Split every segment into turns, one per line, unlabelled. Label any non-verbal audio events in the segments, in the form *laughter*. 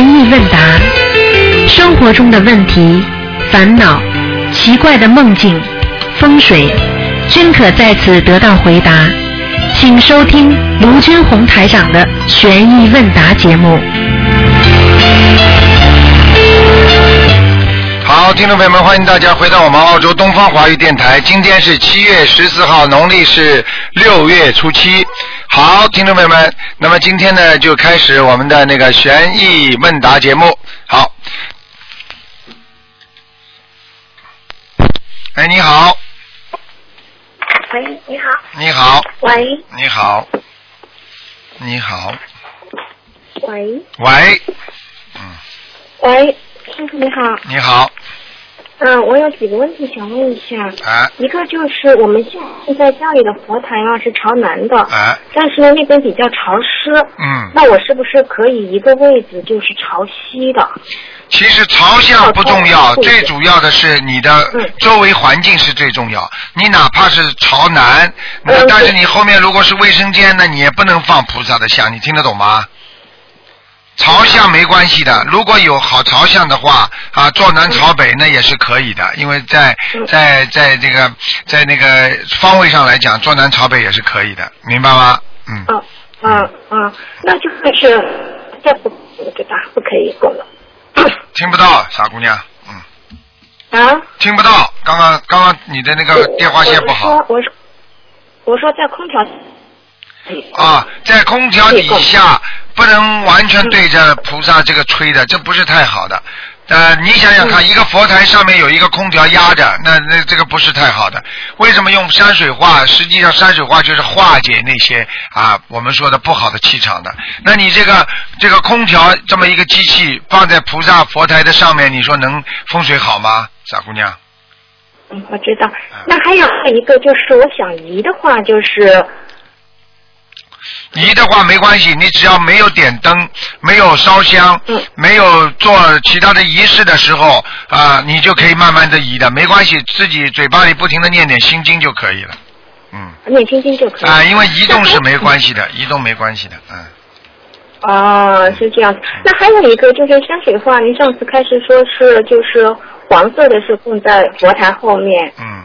意问答，生活中的问题、烦恼、奇怪的梦境、风水，均可在此得到回答。请收听卢军红台长的《悬疑问答》节目。
好，听众朋友们，欢迎大家回到我们澳洲东方华语电台。今天是七月十四号，农历是六月初七。好，听众朋友们，那么今天呢，就开始我们的那个悬疑问答节目。好，哎，你好，
喂，你好，
你好，
喂
你好，你好，
喂
喂，
喂，师傅你好，
你好，
嗯，我有几个问题想问一下，
哎
一个就是我们现现在家里的佛台啊是朝南的，
哎，
但是呢那边比较潮湿，
嗯，
那我是不是可以一个位置就是朝西的？
其实朝向不重要，
朝向
最主要的是你的
嗯
周围环境是最重要。你哪怕是朝南，那
嗯
但是你后面如果是卫生间，那你也不能放菩萨的像，你听得懂吗？朝向没关系的，如果有好朝向的话，啊，坐南朝北那也是可以的，因为在
嗯
在在这个在那个方位上来讲，坐南朝北也是可以的，明白吗？嗯，
嗯嗯嗯，那就是再不对吧？不可以供了
听不到，傻姑娘，嗯，
啊？
听不到，刚刚刚刚你的那个电话线不好。
我是说我是我说在空调可以
啊，在空调底下不能完全对着菩萨这个吹的，这不是太好的。呃，你想想看，一个佛台上面有一个空调压着，那那这个不是太好的。为什么用山水画？实际上山水画就是化解那些啊我们说的不好的气场的。那你这个这个空调这么一个机器放在菩萨佛台的上面，你说能风水好吗，傻姑娘？
嗯，我知道。那还有一个就是，我想移的话，就是
移的话没关系，你只要没有点灯，没有烧香，
嗯
没有做其他的仪式的时候啊、你就可以慢慢的移的，没关系，自己嘴巴里不停的念点心经就可以了。嗯，
念心经就可以。
啊、因为移动
嗯
是没关系的，移动没关系的，嗯。
哦，是这样。那还有一个就是山水画，您上次开始说是就是黄色的是供在佛台后面。
嗯，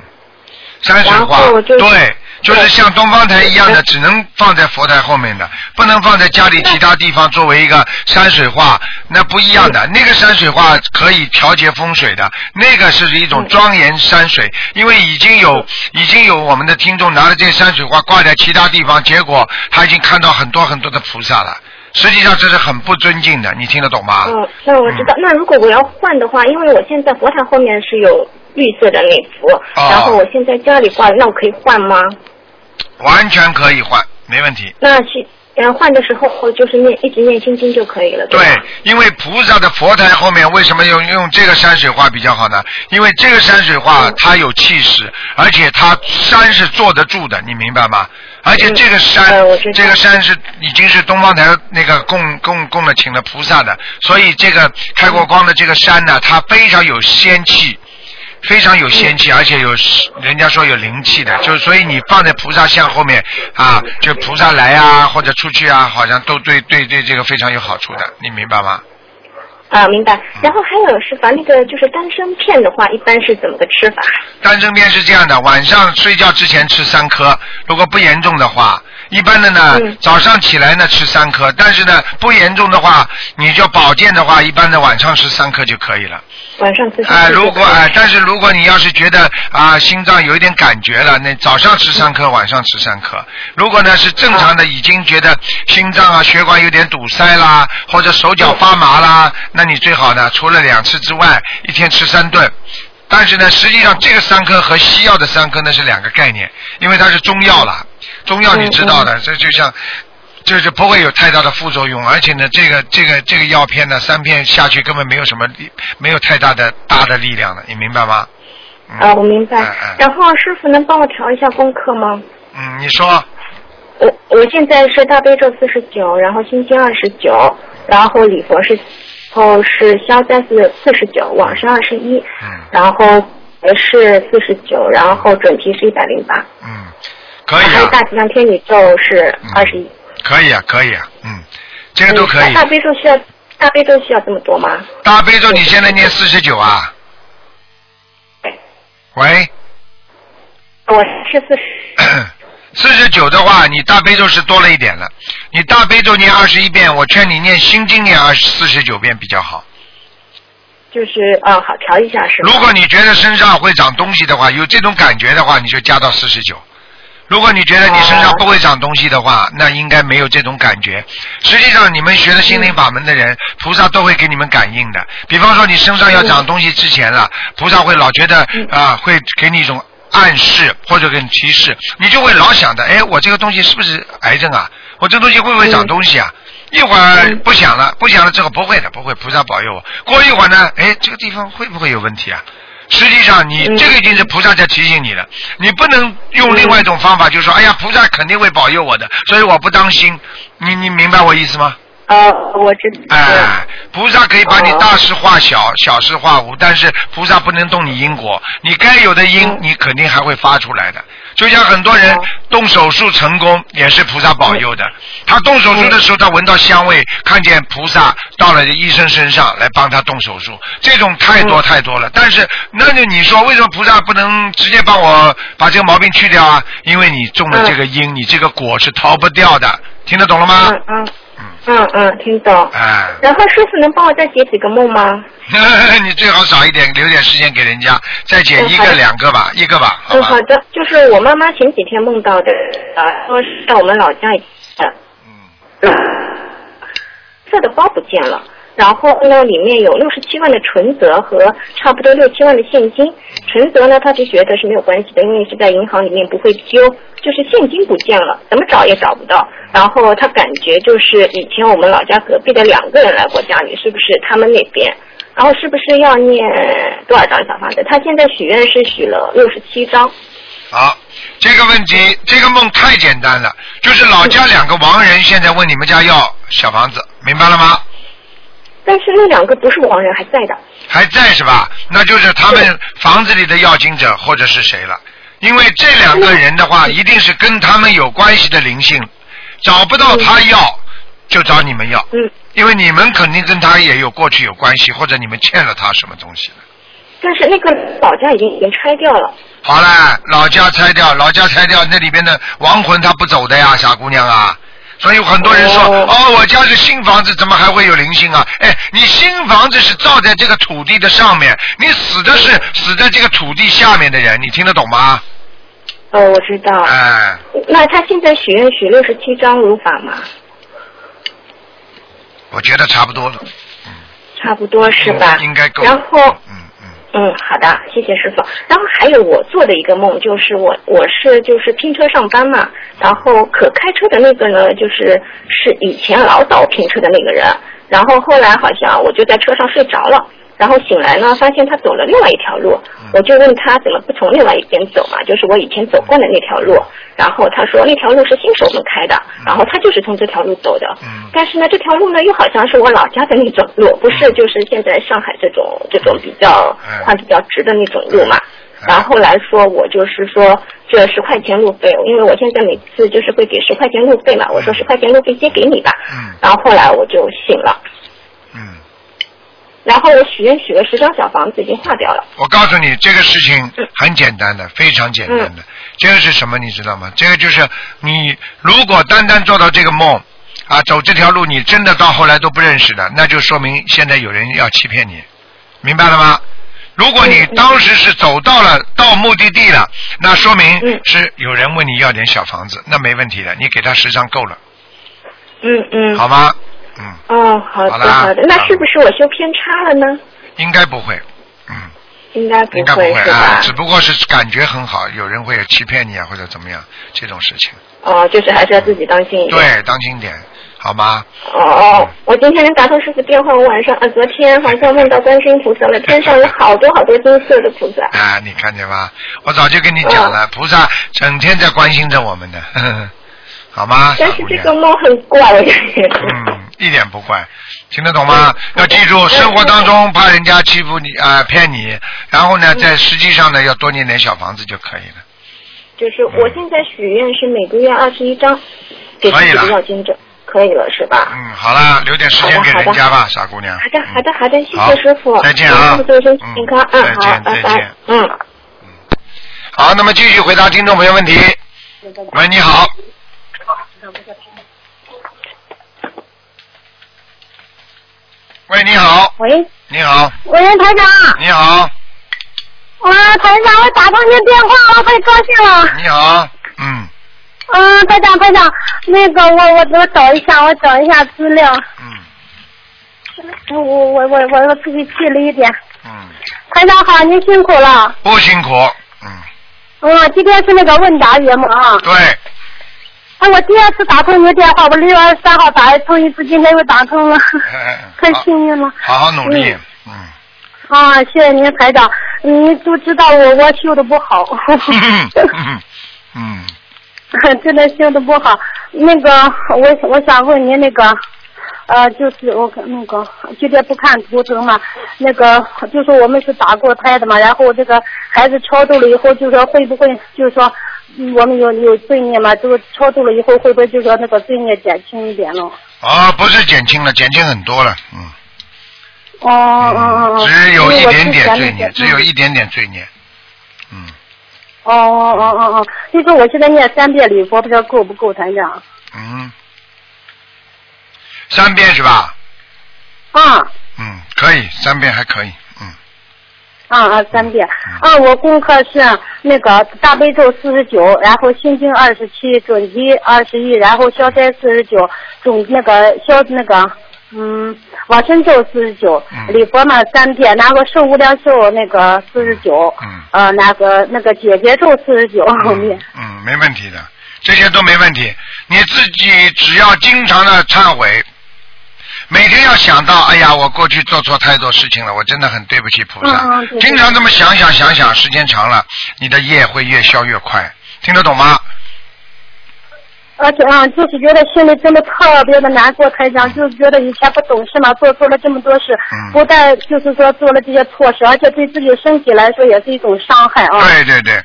山水
然
画
后，就是
对，就是
对
像东方台一样的，
对
只能放在佛台后面的，不能放在家里其他地方作为一个山水画，那不一样
嗯
的。那个山水画可以调节风水的，那个是一
嗯
种庄严山水，因为已经有已经有我们的听众拿着这山水画挂在其他地方，结果他已经看到很多很多的菩萨了。实际上这是很不尊敬的，你听得懂吗？
嗯，那我知道。那如果我要换的话，因为我现在佛台后面是有绿色的那幅，
哦
然后我现在家里挂，那我可以换吗？
完全可以换，没问题。
那是，嗯，换的时候就是念一直念心经就可以了，吧
对？，因为菩萨的佛台后面为什么用用这个山水画比较好呢？因为这个山水画它有气势，而且它山是坐得住的，你明白吗？而且这个山，
嗯我知道
这个山是已经是东方台那个供供供了请了菩萨的，所
嗯
以这个开过光的这个山呢，它非常有仙气。非常有仙
嗯
气，而且有人家说有灵气的，就是所以你放在菩萨像后面啊，就菩萨来啊或者出去啊，好像都对对对这个非常有好处的，你明白吗？
啊，明白。然后还有是把那个就是丹参片的话，一般是怎么个吃法？
丹参片是这样的，晚上睡觉之前吃三颗，如果不严重的话，一般的呢，
嗯
早上起来呢吃三颗，但是呢不严重的话，你就保健的话，一般的晚上吃三颗就可以了。
晚上自己
哎、如果哎、但是如果你要是觉得啊、心脏有一点感觉了，那早上吃三颗，晚上吃三颗。如果呢是正常的，已经觉得心脏啊血管有点堵塞啦，或者手脚发麻啦，那你最好呢，除了两次之外，一天吃三顿。但是呢，实际上这个三颗和西药的三颗呢是两个概念，因为它是中药啦，中药你知道的，这就像就是不会有太大的副作用，而且呢，这个这个这个药片呢，三片下去根本没有什么力，没有太大的大的力量的，你明白吗？嗯、
啊，我明白。
嗯嗯
然后师傅能帮我调一下功课吗？
嗯，你说，
我我现在是大悲咒四十九，然后心经二十九，然后礼佛是，然后是消灾是四十九，往生二十一，
嗯
然后呃是四十九，然后准提是一百零八，
嗯，可以
还有
啊
哎大，吉祥天女咒是
嗯
二十一。
可以啊，可以啊，嗯，这个都可以
嗯。大悲咒需要大悲咒需要这么多吗？
大悲咒你现在念四十九啊？喂，
我是四十，
*coughs* 四十九的话，你大悲咒是多了一点了。你大悲咒念二十一遍，我劝你念心经念二四十九遍比较好。
就是啊，好调一下是吗？
如果你觉得身上会长东西的话，有这种感觉的话，你就加到四十九。如果你觉得你身上不会长东西的话，那应该没有这种感觉。实际上，你们学的心灵法门的人，菩萨都会给你们感应的。比方说，你身上要长东西之前了，菩萨会老觉得啊、会给你一种暗示或者给你提示，你就会老想着，哎，我这个东西是不是癌症啊？我这东西会不会长东西啊？一会儿不想了，不想了之后不会的，不会，菩萨保佑我。过一会儿呢，哎，这个地方会不会有问题啊？实际上你，这个已经是菩萨在提醒你了，你不能用另外一种方法，就是说，哎呀，菩萨肯定会保佑我的，所以我不当心。你你明白我意思吗？
呃，我知
哎，菩萨可以把你大事化小，小事化无，但是菩萨不能动你因果，你该有的因，你肯定还会发出来的。就像很多人动手术成功，也是菩萨保佑的。他动手术的时候，他闻到香味，看见菩萨到了医生身上来帮他动手术，这种太多太多了。但是，那就你说为什么菩萨不能直接帮我把这个毛病去掉啊？因为你种了这个因，你这个果是逃不掉的。听得懂了吗？
嗯嗯嗯嗯，听懂。
哎。
然后师傅能帮我再解几个梦吗？
*laughs* 你最好少一点，留点时间给人家，再减
嗯
一
好
个
的
两个吧，一个吧，好
嗯，
吧
好？的，就是我妈妈前几天梦到的，呃，说是在我们老家以前，嗯，色的包不见了，然后呢，里面有六十七万的存折和差不多六七万的现金。存折呢，他就觉得是没有关系的，因为是在银行里面不会丢，就是现金不见了，怎么找也找不到。然后他感觉就是以前我们老家隔壁的两个人来过家里，是不是他们那边？然后是不是要念多少张小房子？他现在许愿是许了六十七张。
好，这个问题，这个梦太简单了，就是老家两个亡人现在问你们家要小房子，明白了吗？
但是那两个不是亡人，还在的。
还在是吧？那就是他们房子里的要经者或者是谁了，因为这两个人的
嗯
话，一定是跟他们有关系的灵性，找不到他
嗯
要，就找你们要，因为你们肯定跟他也有过去有关系，或者你们欠了他什么东西。
但是那个老家已经已经拆掉了。
好了，老家拆掉，老家拆掉，那里边的亡魂他不走的呀，傻姑娘啊。所以有很多人说，哦
哦
我家是新房子，怎么还会有灵性啊？哎，你新房子是造在这个土地的上面，你死的是死在这个土地下面的人，你听得懂吗？
哦，我知道。
哎，
那他现在许愿许六十七张如法吗？
我觉得差不多了，
差不多是吧？
应该够了
然后，嗯嗯，好的，谢谢师傅。然后还有我做的一个梦，就是我我是就是拼车上班嘛，然后可开车的那个呢，就是是以前老早拼车的那个人，然后后来好像我就在车上睡着了。然后醒来呢，发现他走了另外一条路，
嗯
我就问他怎么不从另外一边走嘛，就是我以前走过的那条路。然后他说那条路是新手们开的，
嗯
然后他就是从这条路走的。但是呢，这条路呢又好像是我老家的那种
嗯
路，不是就是现在上海这种这种比较
嗯
宽比较直的那种路嘛。然后来说，我就是说这十块钱路费，因为我现在每次就是会给十块钱路费嘛，
嗯
我说十块钱路费先给你吧。然后后来我就醒了。
嗯
然后我许愿许了十张小房子，已经化掉了。
我告诉你，这个事情很简单的，非常简单的。这个是什么？你知道吗？这个就是你如果单单做到这个梦啊，走这条路，你真的到后来都不认识的，那就说明现在有人要欺骗你，明白了吗？如果你当时是走到了到目的地了，那说明是有人问你要点小房子，那没问题的，你给他十张够了，
嗯嗯。
好吗？
哦，好的
好啦
好的，那是不是我修偏差了呢？
应该不会，嗯
应该不
应该不
会
会
是
啊
吧，？
只不过是感觉很好，有人会欺骗你啊，或者怎么样这种事情。
哦，就是还是要自己当心一点。
对，当心点，好吗？
哦哦，我今天能打通师傅电话，我晚上呃昨天晚上梦到观世音菩萨了，天上有好多好多金色的菩
*laughs*
萨。
啊，你看见吧？我早就跟你讲
嗯
了，菩萨整天在关心着我们的，呵呵 *laughs* 好吗？
但是这个梦很怪，我感觉。
嗯一点不怪，听得懂
嗯
吗？要记住，生活当中怕人家欺负你啊、骗你，然后呢，
嗯
在实际上呢，要多念点小房子就可以了。
就是我现在许愿是每个月二十一张，给
可
自己
以
的
了
要经者，可以了，是吧？
嗯，好啦，留点时间给人家吧，傻姑娘。嗯
好的，好的，好的，谢
好
谢师傅。
再见啊
祝师傅身体健康，
嗯
嗯，
再
好
见，
拜
再
拜
见，
嗯。
好，那么继续回答听众朋友问题。喂，你好。喂，你好，
喂
你好，
喂，台长，
你好，
哇，台长，我打通您电话，我太高兴了。
你好，嗯
嗯，台长，台长，那个我我我找一下，我找一下资料，
嗯
我我我我我我自己记了一点。
嗯，
台长好，您辛苦了。
不辛苦，嗯，
嗯，今天是那个问答节目啊。
对，
哎，我第二次打通您电话，我六月二十三号打通一次，今天又打通了， *laughs* 太
好
幸运了。
哎好好努力
嗯，
嗯，
啊，谢谢您，台长，嗯您都知道我我修的不
*laughs*
好。*laughs*
嗯嗯，
*laughs* 真的修的不好。那个，我我想问您那个，呃，就是我跟那个今天不看图腾嘛，那个就是我们是打过胎的嘛，然后这个孩子超度了以后，就说会不会就是说嗯我们有有罪孽嘛？就是超度了以后会不会就说那个罪孽减轻一点了？
啊，不是减轻了，减轻很多了，嗯，
哦哦哦哦，
只有一
因为我
点
之前
点
那
罪孽
个，嗯
只有一点点罪孽，嗯，
哦哦哦哦哦，就是我现在念三遍礼佛，不知道够不够，团长？
嗯，三遍是吧？
啊。
嗯，可以，三遍还可以，嗯，
啊啊，三遍啊！我功课是那个大悲咒四十九，然后心经二十七，准提二十一，然后消灾四十九，总那个消那个嗯往生咒四十九
嗯，
礼佛嘛三遍，那个受无量寿那个四十九
嗯，
呃那个那个解结咒四十九
嗯
面，
嗯，没问题的，这些都没问题。你自己只要经常的忏悔，每天要想到，哎呀，我过去做错太多事情了，我真的很对不起菩萨。
嗯嗯对对
经常这么想想想想，时间长了，你的业会越消越快，听得懂吗？
而且啊，就是觉得心里真的特别的难过，台长，就是觉得以前不懂事嘛，做错了这么多事，
嗯
不但就是说做了这些错事，而且对自己身体来说也是一种伤害啊。
对对对，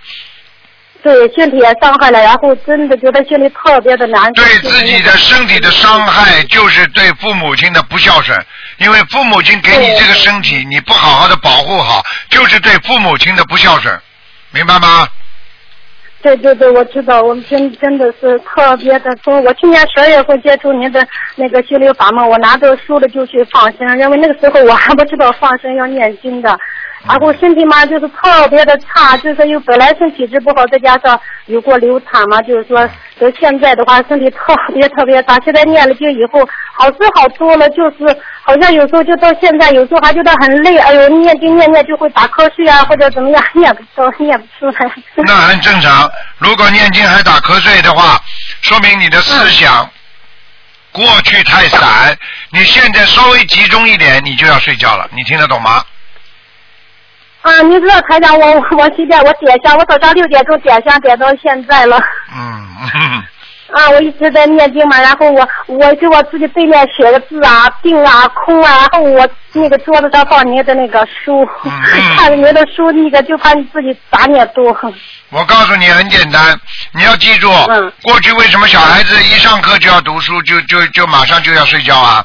对，身体也伤害了，然后真的觉得心里特别的难受。
对自己的身体的伤害，就是对父母亲的不孝顺，因为父母亲给你这个身体，你不好好的保护好，就是对父母亲的不孝顺，明白吗？
对对对，我知道，我们真真的是特别的痛。我去年十二月份接触您的那个心灵法门，我拿着书了就去放生，因为那个时候我还不知道放生要念经的。然后身体嘛，就是特别的差，就是又本来身体质不好，再加上有过流产嘛，就是说，到现在的话，身体特别特别差。现在念了经以后，好是好多了，就是好像有时候就到现在，有时候还觉得很累，哎呦，念经念念就会打瞌睡啊，或者怎么样， *laughs* 念不到，念不出来。
那很正常。如果念经还打瞌睡的话，说明你的思想过去太散，你现在稍微集中一点，你就要睡觉了。你听得懂吗？
啊，你知道台长，我我现在我点香，我早上六点钟点香点到现在了。
嗯，嗯 *laughs*
啊，我一直在念经嘛，然后我我给我自己对面写个字啊，定啊，空啊，然后我那个桌子上放您的那个书，
嗯
*laughs* 看着您的书那个就怕你自己杂念多。
我告诉你很简单，你要记住，
嗯
过去为什么小孩子一上课就要读书，就就就马上就要睡觉啊？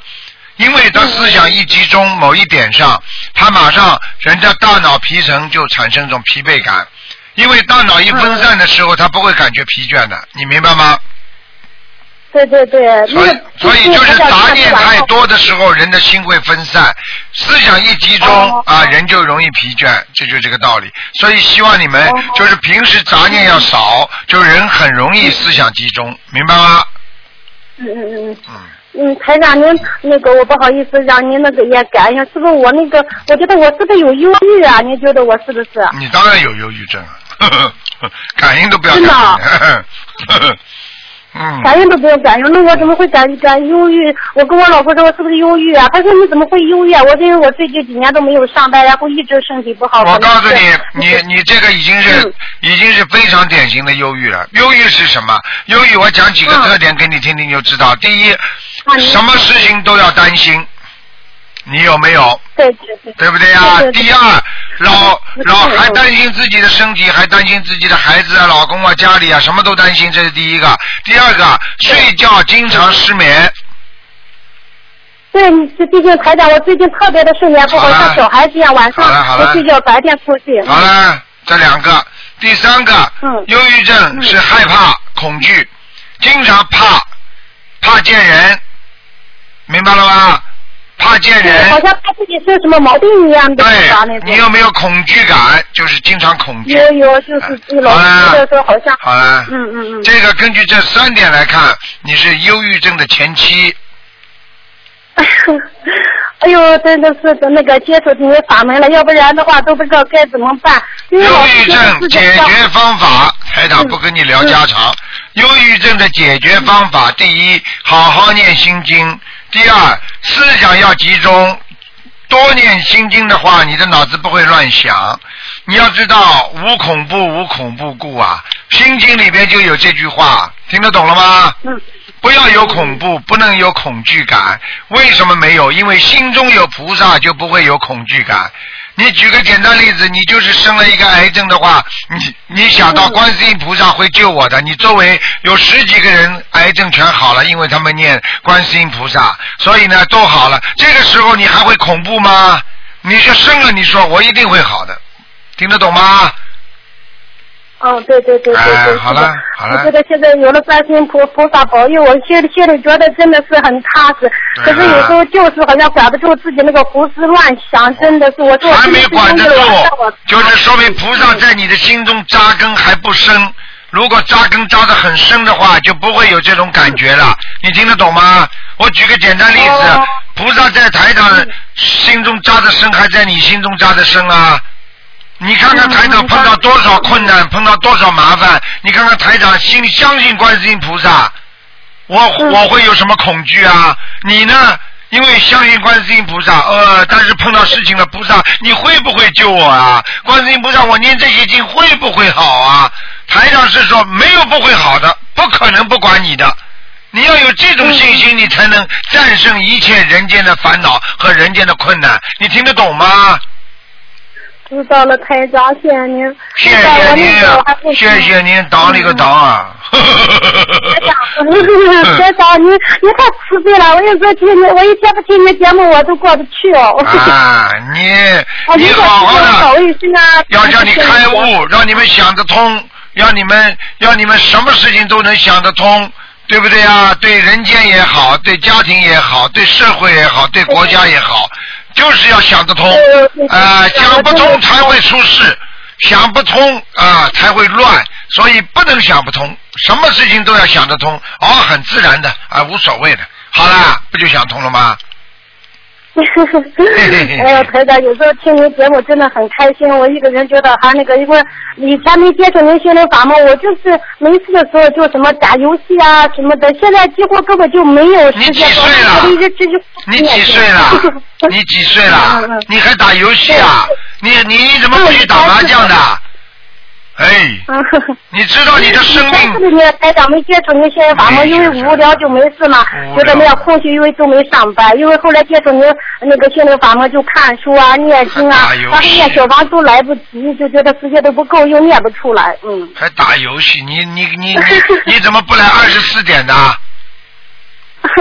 因为他思想一集中某一点上，他马上人家大脑皮层就产生一种疲惫感，因为大脑一分散的时候，他不会感觉疲倦的，你明白吗？
对对对，
所
那
以
个，
所以就是杂念太
那个台长看不完
多的时候，人的心会分散，思想一集中
哦
啊，人就容易疲倦，这就是这个道理。所以希望你们
哦
就是平时杂念要少，就人很容易思想集中，明白吗？
嗯嗯嗯嗯。
嗯，
嗯，台长您那个我不好意思让您那个也改一下，是不是我那个我觉得我是不是有忧郁啊？您觉得我是不是？啊
你当然有忧郁症啊，呵呵呵 *laughs* 感应都不要感
真的啊
应。呵呵 *laughs* 嗯，
感应都不用感应，那我怎么会感感忧郁？我跟我老婆说我是不是忧郁啊？她说你怎么会忧郁啊？我说因为我最近几年都没有上班，然后一直身体不好。
我
可能
告诉
是
你，你你这个已经是
嗯
已经是非常典型的忧郁了。忧郁是什么？忧郁，我讲几个
嗯
特点给你听听就知道。第一，
啊你
什么事情都要担心，你有没有？
对对对，
对不对呀？
对对对
第二，老
我知
老
道
还
我
担心自己的身体，还担心自己的孩子啊、老公啊、家里啊，什么都担心，这是第一个。第二个，睡觉经常失眠，
对，你是毕竟台长，我最近特别的睡眠不好，
好了
像小孩子一样，晚上
好了好了
不睡觉，白天出去。
好了，这两个，第三个，
嗯
忧郁症是害怕、恐惧，经常怕，怕见人，明白了吗？怕见
对，好
人，
像他自己是什么毛病一样的，是吧那
对，
种
你有没有恐惧感？就是经常恐惧。
有有，就是一楼
好啦
的时候好像，
好了，
嗯嗯嗯，
这个根据这三点来看，你是忧郁症的前期，
*laughs* 哎呦，真的是那个接触这些法门了，要不然的话都不知道该怎么办。因为
忧
我
郁
是
症
自己知
解
道
决方法，台长
嗯
不跟你聊家常。忧郁症的解决方法，第一，好好念心经；第二，思想要集中。多念心经的话，你的脑子不会乱想。你要知道，无恐怖，无恐怖故啊。心经里边就有这句话，听得懂了吗？
嗯，
不要有恐怖，不能有恐惧感。为什么没有？因为心中有菩萨，就不会有恐惧感。你举个简单例子，你就是生了一个癌症的话，你你想到观世音菩萨会救我的，你周围有十几个人癌症全好了，因为他们念观世音菩萨，所以呢都好了。这个时候你还会恐怖吗？你就生了，你说我一定会好的，听得懂吗？
哦，对对对对对，
哎
是的
好了好了
我觉得现在有了观世音菩菩萨保佑，我心里心里觉得真的是很踏实。可
对啊
是有时候就是好像管不住自己那个胡思乱想，真的是我说我
还没管得
自己是一个
住
晚上，
就是说明菩萨在你的心中扎根还不深。如果扎根扎得很深的话，就不会有这种感觉了。你听得懂吗？我举个简单例子
嗯哦，嗯
菩萨在台长心中扎得深，还在你心中扎得深啊。你看看台长碰到多少困难，碰到多少麻烦，你看看台长心里相信观世音菩萨，我我会有什么恐惧啊？你呢？因为相信观世音菩萨，呃，但是碰到事情了，菩萨，你会不会救我啊？观世音菩萨，我念这些经会不会好啊？台长是说没有不会好的，不可能不管你的。你要有这种信心，你才能战胜一切人间的烦恼和人间的困难。你听得懂吗？
知道了，台长，谢谢您。
谢
知道
谢
我那
您
时候还
啊
不，知道
谢谢您，当了个当啊！
台
*laughs*
长，台长，你你太慈悲了！我有时候听你，我一天不听你节目，我都过不去哦。
啊，
我
你
如
你
果
好好
是有
的
保。卫心啊，
要让你开
就是
悟，让你们想得通，让你们让你们什么事情都能想得通，对不对啊？对人间也好，对家庭也好，对社会也好，对国家也好，就是要想得通
对对对。
啊，
对
想不
我
通
真的
才会出事，想不通啊、才会乱，所以不能想不通，什么事情都要想得通，哦，很自然的啊，无所谓的。好啦，不就想通了吗？
哎呦，台长，有时候听您节目真的很开心。我一个人觉得还那个，因为以前没接触您心灵法门，我就是没事的时候就什么打游戏啊什么的，现在几乎根本就没有时
你几
间。
岁了
我一直这就
你几岁了？
*laughs*
你几岁
嗯
了
嗯？
你还打游戏啊？你你怎么不去打麻将的？哎，
嗯。
你知道你的生
这里
命
面台长没接触您心灵法
哎
门，因为无聊就没事嘛
无聊，
觉得没有空虚，因为都没上班。因为后来接触您那个心灵法门，就看书啊、念经啊
还打游戏，
当时念小房都来不及，就觉得时间都不够，又念不出来。嗯， *laughs*
还打游戏？你你你你你怎么不来二十四点的？，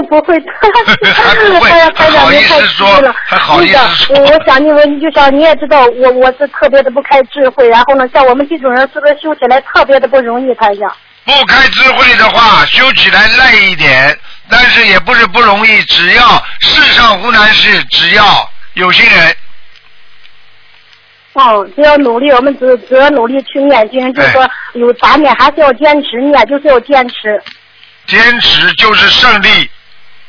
不会的
*laughs* 还不会
*laughs* 哎呀，台
还好
长
意
您
思
太
说
慈悲了。
还好意思说
那个，我我想你们，就像你也知道，我我是特别的不开智慧，然后呢，像我们这种人，是不是修起来特别的不容易？台长，
不开智慧的话，修起来累一点，但是也不是不容易。只要世上无难事，只要有心人。
哦，只要努力，我们只只要努力去念经，就是
哎
说有杂念还是要坚持念，就是要坚持。
坚持就是胜利，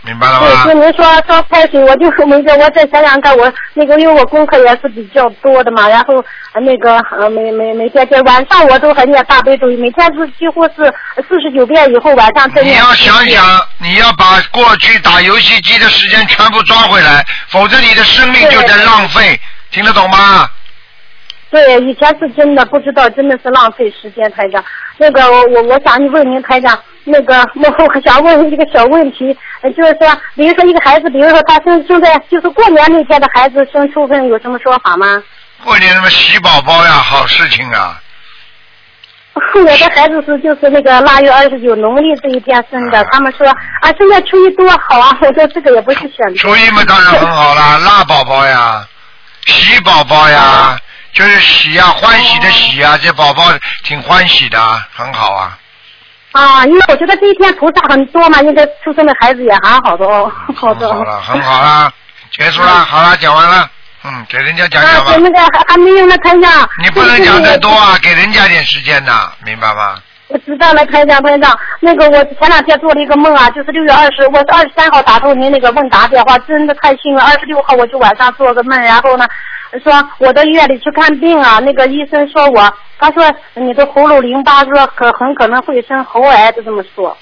明白了吗？
对，就您说刚开始我就是没这，我再想想看，我那个因为我功课也是比较多的嘛，然后呃那个呃每每每天这晚上我都还念大悲咒，每天是几乎是呃四十九遍以后晚上再
你
念。
要想想，你要把过去打游戏机的时间全部抓回来，否则你的生命就在浪费，听得懂吗？
对，以前是真的不知道，真的是浪费时间，台长。那个我我我想问您，台长，那个 *laughs* 我我想问一个小问题，呃就是说，比如说一个孩子，比如说他生生在就是过年那天的孩子生出生，有什么说法吗？ *laughs*
过年什么喜宝宝呀，好事情啊！
我的孩子是就是那个腊月二十九农历这一天生的，他们说啊，现在初一多好啊， *laughs* 我说这个也不是选择。
初一嘛，当然很好啦，辣宝宝呀，喜宝宝呀，就是喜呀，欢喜的喜呀，这宝宝挺欢喜的，很好啊。
啊，因为我觉得这一天菩萨很多嘛，应该出生的孩子也还好的哦， *laughs* 好的。
好了，很好啦，结束啦，好啦，讲完了。嗯，给人家讲讲
啊，
吧
给。那个还还没有呢，台长。
你不能
就是
讲太多
我
啊，给人家点时间呐，明白吗？
我知道了，台长，台长，那个我前两天做了一个梦啊，就是六月二十，我是二十三号打通您那个问答电话，真的太幸运。二十六号我就晚上做个梦，然后呢，说我到医院里去看病啊，那个医生说我，他说你的喉咙淋巴说可很可能会生喉癌，就这么说。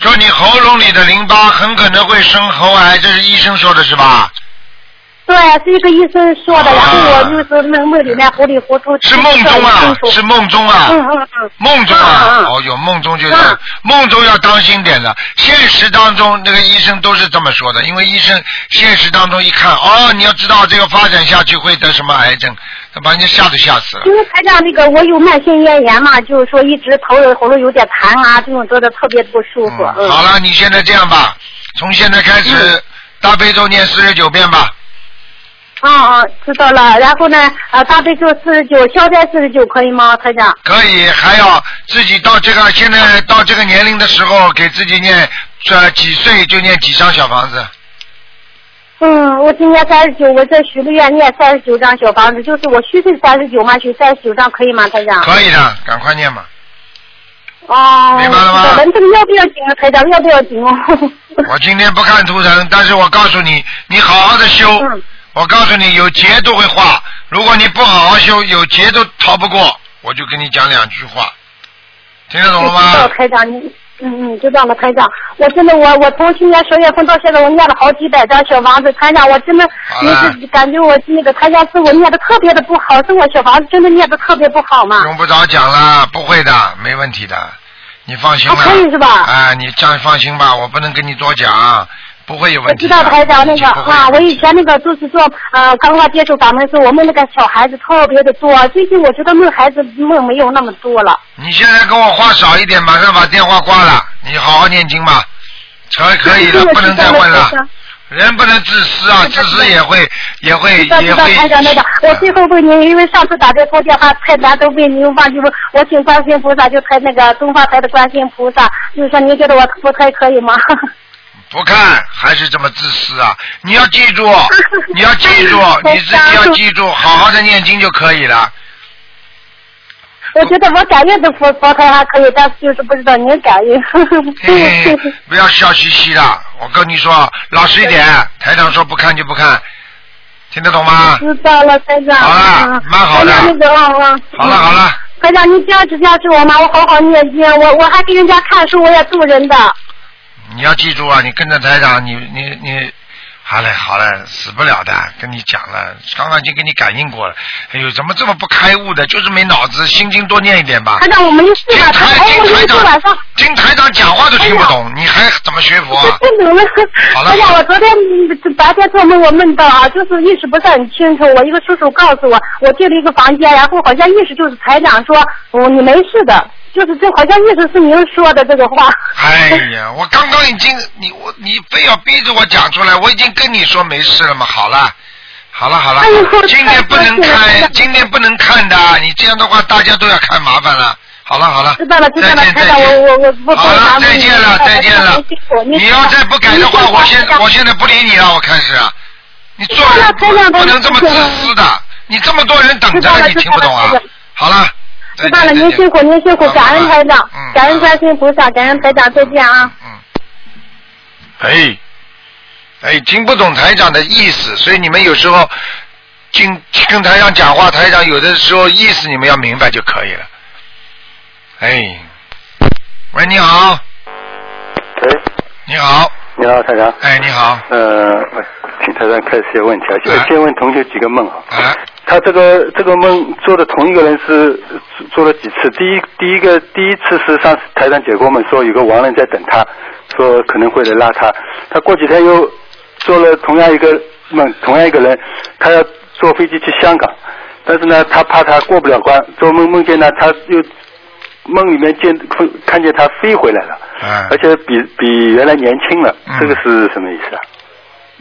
说你喉咙里的淋巴很可能会生喉癌，这是医生说的是吧？
对，啊是一个医生说的，
啊
然后我就是梦梦里面糊里糊涂。
是梦中
不
啊
清，楚
是梦中啊。
嗯嗯嗯。
梦中
嗯
啊
嗯，
哦哟，梦中就是
嗯
梦中要当心点了。现实当中那个医生都是这么说的，因为医生现实当中一看，哦，你要知道这个发展下去会得什么癌症，把人家吓都吓死了。
因为台长那个我有慢性咽炎嘛，就是说一直头喉咙有点痰啊，这种觉得特别不舒服。嗯
好了，你现在这样吧，从现在开始大悲咒念四十九遍吧。
啊啊，知道了。然后呢，呃，大悲咒四十九，消灾四十九，可以吗，台长？
可以，还要自己到这个现在到这个年龄的时候，给自己念这几岁就念几张小房子，
嗯，我今年三十九，我在许的愿念三十九张小房子，就是我虚岁三十九嘛，许三十九张可以吗，台长？
可以的，赶快念吧。
哦，
明白了吗
知道这个要不要紧啊，台长？要不要紧哦？
我今天不看图腾，但是我告诉你，你好好的修，
嗯
我告诉你，有劫都会化。如果你不好好修，有劫都逃不过。我就跟你讲两句话，听得懂了
*laughs* 知道
吗？
台长，你嗯嗯，知道了台长。我真的我我从去年十月份到现在，我念了好几百张小房子，台长，我真的
好
你
了
是感觉我那个台长是我念的特别的不好，是我小房子真的念的特别不好嘛？
用不着讲了，不会的，没问题的，你放心吧。
啊可以是吧
啊，你这样放心吧，我不能跟你多讲，不会有
我
问题
知
的。
道台长那
已
个
经不会有
啊，我
问题
以前那个就是说，呃，刚刚接触法门时候，我们那个小孩子特别的多，最近我觉得梦孩子梦没有那么多了。
你现在跟我话少一点，马上把电话挂了。你好好念经吧，可可以
这
了，
个
不能再
知道
问了
台。长
人不能自私啊，自私也会也会
知道知
哎也
道
会。啊嗯
台长台长，我最后问您，因为上次打这通电话太难，都被您忘记问，我请观世音菩萨，就抬那个东方台的观世音菩萨，就是说您觉得我不太可以吗？ *laughs*
不看还是这么自私啊！你要记
*laughs*
住，你要记住，
我
你自己要记住，好好的念经就可以了。
我觉得我感应的佛佛台还可以，但是就是不知道您感应。
嘿嘿嘿不要笑嘻嘻的，我跟你说，老实一点。台长说不看就不看，听得懂吗？
*laughs* 知道了，台长。
好了
嗯
蛮好的
台长那个啊啊。
好了好了，
台长，您坚持坚持我嘛，我好好念经，我我还给人家看书，我也助人
啊
的。
你要记住啊，你跟着台长，你你你，好嘞好嘞，死不了的，跟你讲了，刚刚已经给你感应过了。哎呦，怎么这么不开悟的？就是没脑子，心经多念一点吧
台。长，我没事
听
吧？台
台
长，哎，
听
我
台
没事晚上
长。听台长讲话都听不懂，你还怎么学佛啊？
不能了。
好了
*laughs* 哎呀，我昨天嗯白天做梦，我梦到啊，就是意识不是很清楚。我一个叔叔告诉我，我进了一个房间，然后好像意识就是台长说，哦，你没事的，就是这好像意识是您说的这个话。 *laughs*
哎呀，我刚刚已经你我你非要逼着我讲出来，我已经跟你说没事了嘛，好了。好了好了
哎呦，
今天不能
太高兴了
看，今天不能看的，你这样的话大家都要看麻烦了。好了好了，
知道了知道了
再见
台
再
长
见。
我我我不
好
不麻
了
烦
再见
你
了
了
再见了
台长辛苦，您
你要再不改的话，
您
我现
台长
我现在不理你了，我开始。啊你做
知道
人
了台长
不能这么自
台长
私的，你这么多人等
知
着
道了
你
知
听不
道
懂
了
啊
台长？
好了，再见
知道了，
再
您
见
辛苦您辛苦，
好
感恩台长
嗯，
感恩观世音菩萨，感恩台长，再见啊。
嗯。哎，哎，听不懂台长的意思，所以你们有时候听跟台长讲话，台长有的时候意思你们要明白就可以了。哎，喂，你好，
喂，
你好，
你好，台长。
哎，你好，
呃，我请台长看一些问题啊，就是先问同学几个梦啊。
哎，
他这个这个梦做的同一个人是做做了几次？第一第一个第一次是上次台长解过梦，说有个亡人在等他，说可能会来拉他。他过几天又做了同样一个梦，同样一个人，他要坐飞机去香港，但是呢，他怕他过不了关，做梦梦见呢，他又梦里面见看见它飞回来了，
嗯
而且比比原来年轻了
嗯，
这个是什么意思啊？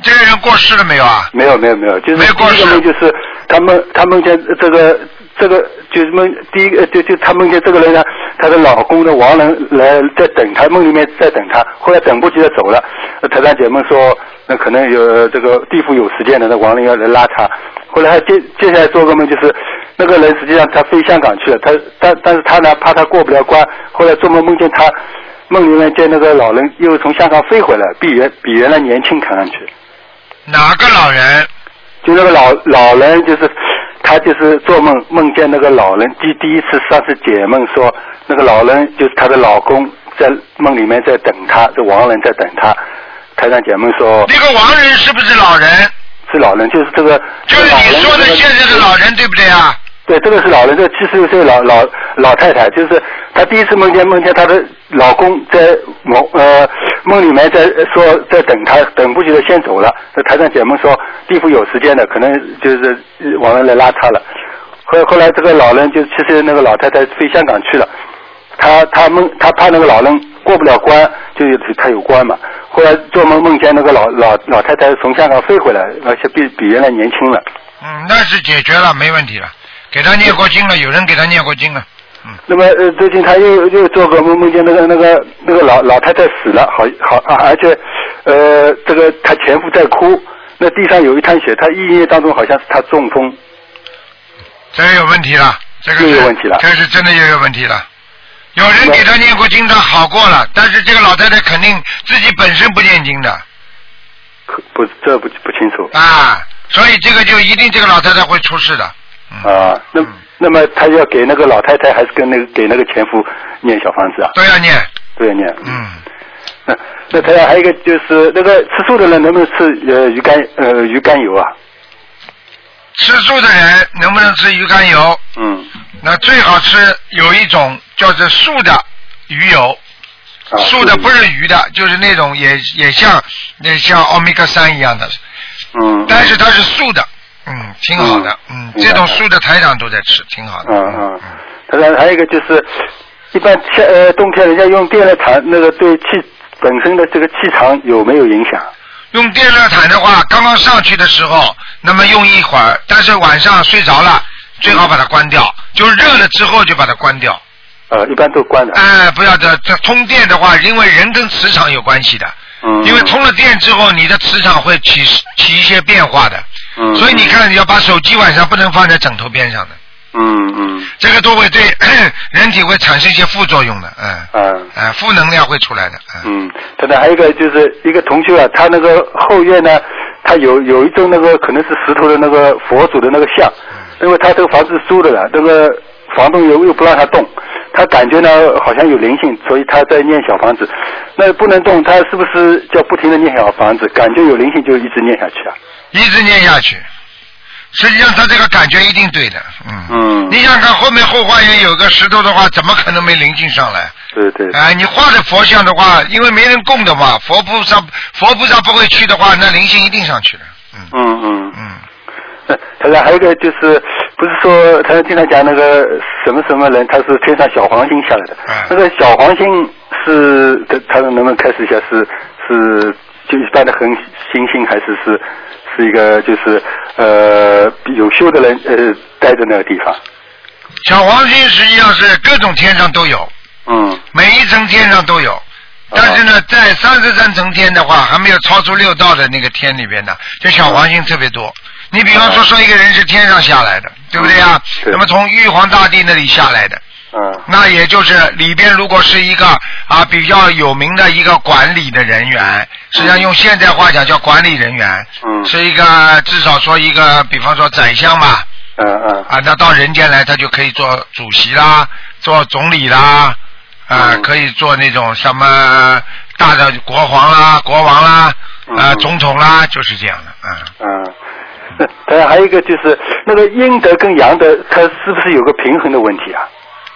这个人过世了没有啊？
没有没有没有，就是
没过
第一
世
个梦就是他梦他梦见这个这个就是梦第一个就就他梦见这个人呢，她的老公的亡人来在等她，梦里面在等她，后来等不及的走了。呃台长姐妹说，那可能有这个地府有时间的，那亡人要来拉她。后来还接接下来做个梦，就是那个人实际上他飞香港去了，他但但是他呢怕他过不了关，后来做梦梦见他梦里面见那个老人又从香港飞回来，比原比原来年轻看上去。
哪个老人？
就那个老老人，就是他就是做梦梦见那个老人，第第一次上次解梦说，那个老人就是她的老公，在梦里面在等她，这亡人在等她。台上解梦说
那个亡人是不是老人？
是老人，就是这个
就
这个
是
老
你
人
说的
这个
现在的老人，对不对啊？
对，这个是老人，这个七十六岁老老老太太，就是她第一次梦见梦见她的老公在梦呃梦里面在说在等她，等不及的先走了。那台上姐妹说地府有时间的，可能就是呃往人来拉她了。后后来这个老人就七十那个老太太飞香港去了，她她梦她怕那个老人过不了关，就有她有关嘛。后来做梦梦见那个老老老太太从香港飞回来，而且比比原来年轻了。
嗯，那是解决了，没问题了。给他念过经了，有人给他念过经了。
那么呃，最近他又又做个梦，梦见那个那个那个老老太太死了，好好啊，而且呃，这个她前夫在哭，那地上有一滩血，她意念当中好像是她中风，
这个有问题了，这个是
又有问题了
这是真的又有问题了。有人给他念过经，他好过了，但是这个老太太肯定自己本身不念经的
可不这不不清楚
啊，所以这个就一定这个老太太会出事的。嗯，
*laughs* 啊。那
嗯
那么他要给那个老太太，还是跟那个给那个前夫念小房子啊？
都要念。
对念。
嗯，
那那他还有一个就是那个吃素的人能不能吃呃鱼肝呃鱼肝油啊？
吃素的人能不能吃鱼肝油？
嗯
那最好吃有一种叫做素的鱼油，
啊。
素的不是鱼的，就是那种也也像也像欧米伽三一样的，
嗯。
但是它是素的，嗯，挺好的，嗯，
嗯
这种素的台长都在吃，挺好的，
嗯嗯，当然还有一个就是，一般夏呃冬天人家用电热毯，那个对气本身的这个气场有没有影响？
用电热毯的话，刚刚上去的时候，那么用一会儿，但是晚上睡着了，最好把它关掉，就热了之后就把它关掉。
呃，一般都关的。
哎，不要这这通电的话，因为人跟磁场有关系的，
嗯。
因为通了电之后，你的磁场会起起一些变化的，
嗯。
所以你看，你要把手机晚上不能放在枕头边上的，
嗯。嗯嗯
这个都会对 *coughs* 人体会产生一些副作用的，嗯，
嗯
哎，负能量会出来的，嗯，
嗯，当然还有一个就是一个同修啊，他那个后院呢，他有有一种那个可能是石头的那个佛祖的那个像，因为他这个房子租的了，那个房东又又不让他动，他感觉呢好像有灵性，所以他在念小房子，那不能动，他是不是叫不停的念小房子？感觉有灵性就一直念下去啊？
一直念下去，实际上他这个感觉一定对的，嗯，
嗯
你想想看后面后花园有个石头的话，怎么可能没灵性上来？
对对，
哎，你画的佛像的话，因为没人供的嘛，佛菩萨佛菩萨不会去的话，那灵性一定上去的，嗯
嗯嗯。
嗯，
呃 *laughs* 他说还有一个就是，不是说他经常讲那个什么什么人，他是天上小黄星下来的。
嗯
那个小黄星是，他他能不能开始一下是是就一般的恒星星，还是是是一个就是呃有修的人呃待在那个地方？
小黄星实际上是各种天上都有，
嗯
每一层天上都有。
哦
但是呢，在三十三层天的话，还没有超出六道的那个天里边呢，就小黄星特别多。你比方说，
哦
说一个人是天上下来的，对不对啊？
对
那么从玉皇大帝那里下来的，
嗯
那也就是里边如果是一个啊比较有名的一个管理的人员，实际上用现在话讲叫管理人员，
嗯
是一个至少说一个，比方说宰相吧，
嗯嗯
啊，那到人间来，他就可以做主席啦，做总理啦，啊、
嗯
可以做那种什么大的国皇啦、国王啦，啊、
嗯
总统啦，就是这样的，啊、
嗯。 *laughs* 那当然还有一个就是那个阴德跟阳德，它是不是有个平衡的问题啊？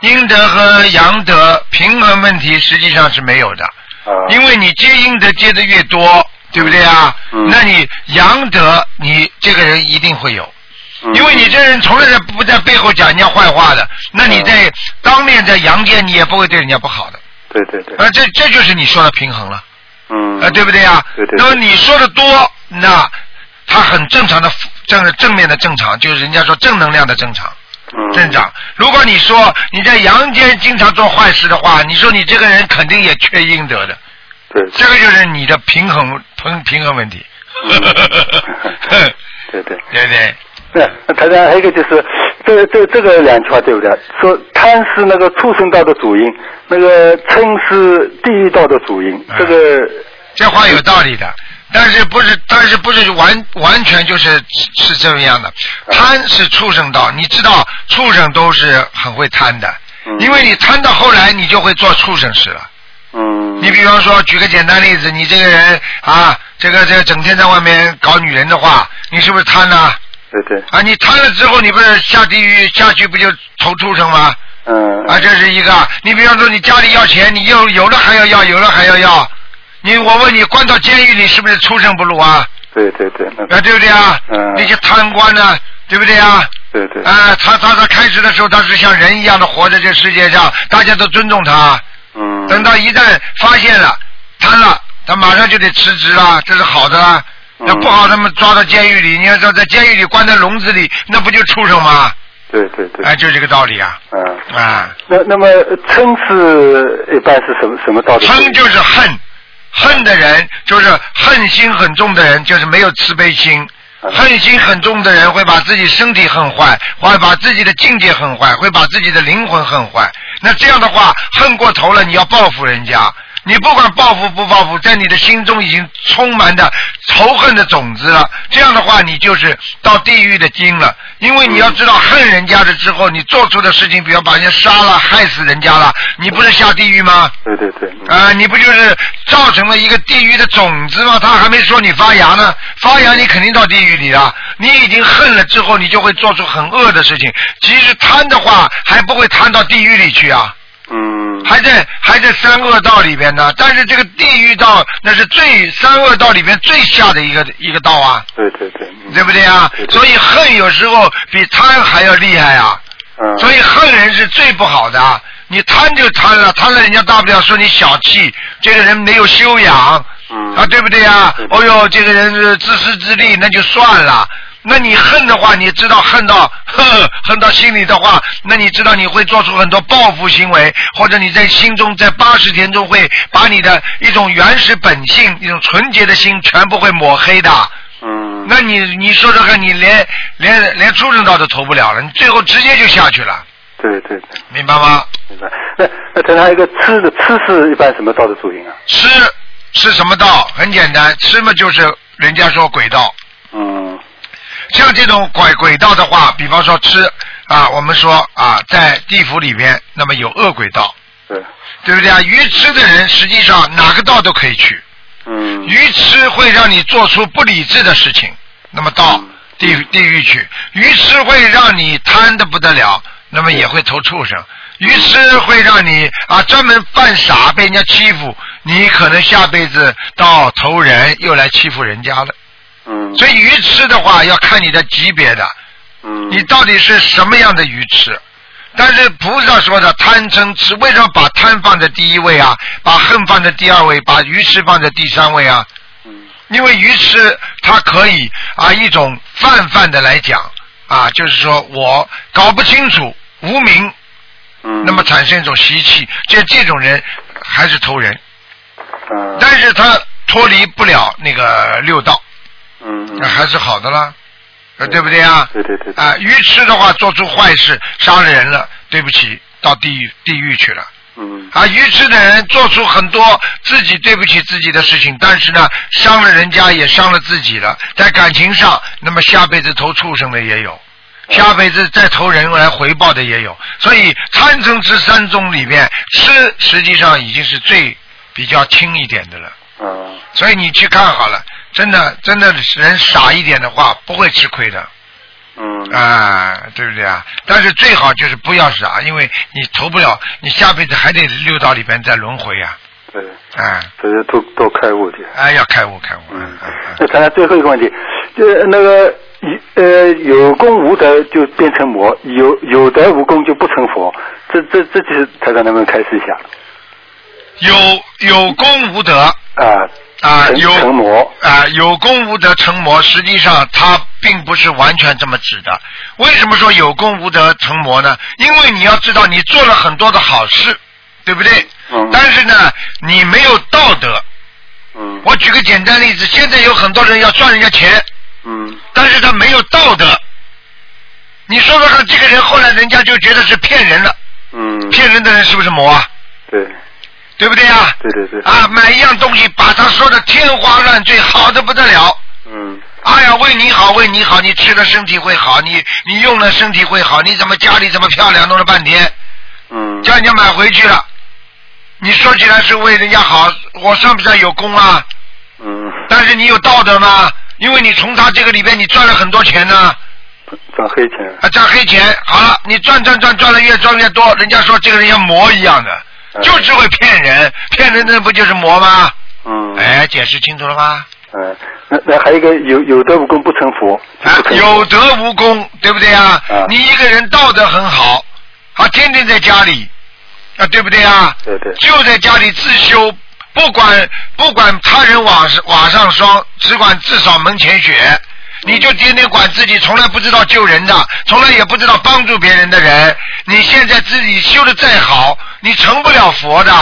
阴德和阳德平衡问题实际上是没有的，
啊、
因为你接阴德接的越多，对不对啊？
嗯
那你阳德，你这个人一定会有。
嗯
因为你这人从来在不在背后讲人家坏话的，那你在当面在阳间你也不会对人家不好的，
对对对，
啊，这这就是你说的平衡了，
嗯，
啊，对不对呀？
对对对
那么你说的多，那他很正常的正正面的正常，就是人家说正能量的正常。
嗯，
镇长，如果你说你在阳间经常做坏事的话，你说你这个人肯定也缺阴德的，
对，
这个就是你的平衡平平衡问题。
嗯对对。
*laughs* 对不对，
对，那台长还有一个就是，这个这个这个两句话对不对？说贪是那个畜生道的主因，那个嗔是地狱道的主因，
嗯
这个
这话有道理的，但是不是但是不是完完全就是是这么样的，
嗯
贪是畜生道，你知道畜生都是很会贪的，
嗯
因为你贪到后来你就会做畜生事了。
嗯，
你比方说，举个简单例子，你这个人啊，这个这个整天在外面搞女人的话，你是不是贪呢、啊？
对对，
你贪了之后，你不是下地狱下去不就投畜生吗？
嗯，
啊，这是一个。你比方说，你家里要钱，你又有了还要要，有了还要要。你我问你，关到监狱里是不是畜生不如啊？
对对对，那
啊，对不对啊？
嗯
那些贪官呢、对不对啊？
对对，
啊，他他他开始的时候他是像人一样的活在这世界上，大家都尊重他。
嗯，
等到一旦发现了贪了，他马上就得辞职啦，这是好的啦。
嗯
那不好，他们抓到监狱里，你要说在监狱里关在笼子里，那不就畜生吗？
对对对，
哎，就这个道理啊！
嗯，
啊，
那那么嗔是一般是什么什么道的主因？
嗔就是恨，恨的人就是恨心很重的人，就是没有慈悲心。
嗯
恨心很重的人会把自己身体恨坏，会把自己的境界恨坏，会把自己的灵魂恨坏。那这样的话，恨过头了，你要报复人家，你不管报复不报复，在你的心中已经充满着仇恨的种子了。这样的话，你就是到地狱的经了，因为你要知道恨人家了之后，你做出的事情，比方把人家杀了、害死人家了，你不是下地狱吗？
对对对，嗯
啊、你不就是造成了一个地狱的种子吗？他还没说你发芽呢，发芽你肯定到地狱里了。你已经恨了之后，你就会做出很恶的事情。其实贪的话，还不会贪到地狱里去啊，
嗯，
还在还在三恶道里边呢。但是这个地狱道那是最三恶道里边最下的一个一个道啊，
对对对，嗯
对不对啊？所以恨有时候比贪还要厉害啊。
嗯，
所以恨人是最不好的。你贪就贪了，贪了人家大不了说你小气，这个人没有修养，
嗯
啊，对不对呀
对？对
哦呦，这个人是自私自利，那就算了。那你恨的话，你知道恨到呵恨到心里的话，那你知道你会做出很多报复行为，或者你在心中在八十天中会把你的一种原始本性、一种纯洁的心全部会抹黑的。
嗯，
那你你说说看，你连连连畜生道都投不了了，你最后直接就下去了。
对对对，
明白吗？
明白。那那台长还有一个吃的吃是一般什么道的主因啊？
吃吃什么道？很简单，吃嘛就是人家说鬼道，
嗯
像这种拐轨道的话，比方说吃啊，我们说啊，在地府里面，那么有恶鬼道，，
对，
对不对啊？愚痴的人实际上哪个道都可以去，
嗯，
愚痴会让你做出不理智的事情，那么到
嗯
地地狱去；愚痴会让你贪的不得了，那么也会投畜生；愚痴会让你啊专门犯傻，被人家欺负，你可能下辈子到投人又来欺负人家了。
嗯，
所以愚痴的话要看你的级别的，
嗯，
你到底是什么样的愚痴？但是菩萨说的贪嗔痴，为什么把贪放在第一位啊？把恨放在第二位，把愚痴放在第三位啊？
嗯
因为愚痴，它可以啊一种泛泛的来讲啊，就是说我搞不清楚无名，
嗯，
那么产生一种习气，这这种人还是投人，
嗯，
但是他脱离不了那个六道，
嗯嗯
那还是好的啦，呃对不对啊？
对对对对
啊，愚痴的话做出坏事，杀了人了，对不起，到地狱地狱去了。
嗯
啊，愚痴的人做出很多自己对不起自己的事情，但是呢，伤了人家也伤了自己了，在感情上，那么下辈子投畜生的也有，下辈子再投人来回报的也有，所以贪嗔痴三种里面，吃实际上已经是最比较轻一点的了，
嗯
所以你去看好了，真的真的人傻一点的话，不会吃亏的。
嗯
啊，对不对啊？但是最好就是不要傻，因为你投不了，你下辈子还得六道里边再轮回呀、
对，
啊。哎，
这是多多开悟的。
哎，要开悟开悟。
嗯
嗯，嗯
那谈谈最后一个问题，就是那个一呃有功无德就变成魔，有有德无功就不成佛。这这这就是台长能不能开示一下？
有有功无德
啊
啊，
成
有
成魔
啊，有功无德成魔，实际上它并不是完全这么指的。为什么说有功无德成魔呢？因为你要知道，你做了很多的好事，对不对？
嗯
但是呢，你没有道德。
嗯
我举个简单例子，现在有很多人要赚人家钱，
嗯
但是他没有道德。你说说看，这个人后来人家就觉得是骗人了，
嗯，
骗人的人是不是魔啊？
对
对不对啊？
对对对，
啊，买一样东西，把它说的天花乱坠，好的不得了。
嗯
哎呀，为你好，为你好，你吃了身体会好，你你用了身体会好，你怎么家里怎么漂亮，弄了半天，
嗯
叫人家买回去了。你说起来是为人家好，我算不算有功啊？
嗯，
但是你有道德吗？因为你从他这个里边你赚了很多钱呢、
赚黑钱
啊，赚黑钱。好了，你赚赚赚赚的越赚越多，人家说这个人像魔一样的，
嗯
啊就是会骗人，骗人的不就是魔吗？
嗯
哎，解释清楚了吗？
嗯，那那还有一个有有德无功不成佛，就
啊
不，成
有德无功，对不对啊？
啊
你一个人道德很好，啊，天天在家里，啊，对不对啊？
对对
就在家里自修，不管不管他人瓦上瓦上霜，只管自扫门前雪。
嗯
你就天天管自己，从来不知道救人的，从来也不知道帮助别人的人。你现在自己修的再好，你成不了佛的。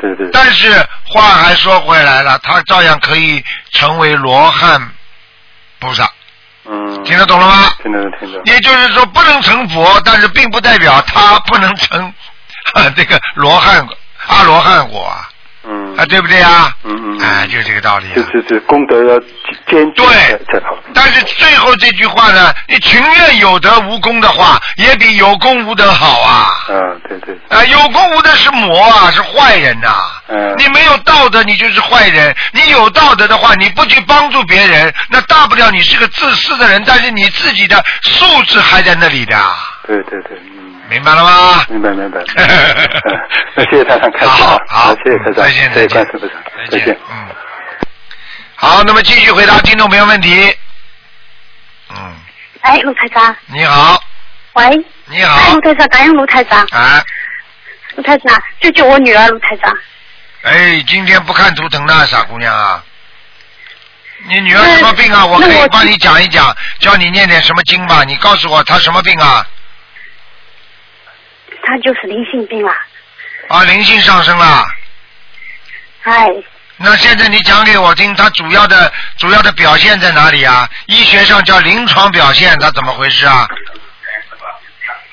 对对，
但是话还说回来了，他照样可以成为罗汉菩萨，
嗯，
听得懂了吗？
听得懂听得懂，
也就是说，不能成佛，但是并不代表他不能成啊这个罗汉阿罗汉果啊，
嗯
啊，对不对啊？
嗯嗯
哎，就是这个道理、
就
啊。
就就功德要坚决
对
才好，
但是最后这句话呢，你情愿有德无功的话，也比有功无德好啊。
嗯对对，
啊，有功无德是魔啊，是坏人呐、
嗯
你没有道德，你就是坏人；你有道德的话，你不去帮助别人，那大不了你是个自私的人，但是你自己的素质还在那里的，啊
对对对，嗯，
明白了吗？
明白
*laughs*
明白，嗯那谢谢台长开始
好
啊，
好，
谢谢台长，
再见，
谢
再见
谢关师傅，
再
再
见
见，，
嗯。好，那么继续回答听众朋友问题。嗯，
哎，卢台长，
你好，
喂，
你
哎，
好
卢，台长，感恩卢台长，
啊，
卢台长，救救我女儿，卢台长，
哎，今天不看图腾的傻姑娘啊。你女儿什么病啊？
那
我可
那
以
我
帮你讲一讲，教你念点什么经吧。你告诉我她什么病啊？
她就是灵性病了，
啊，灵性上升了。
哎，
那现在你讲给我听，她主要的主要的表现在哪里啊？医学上叫临床表现，她怎么回事啊？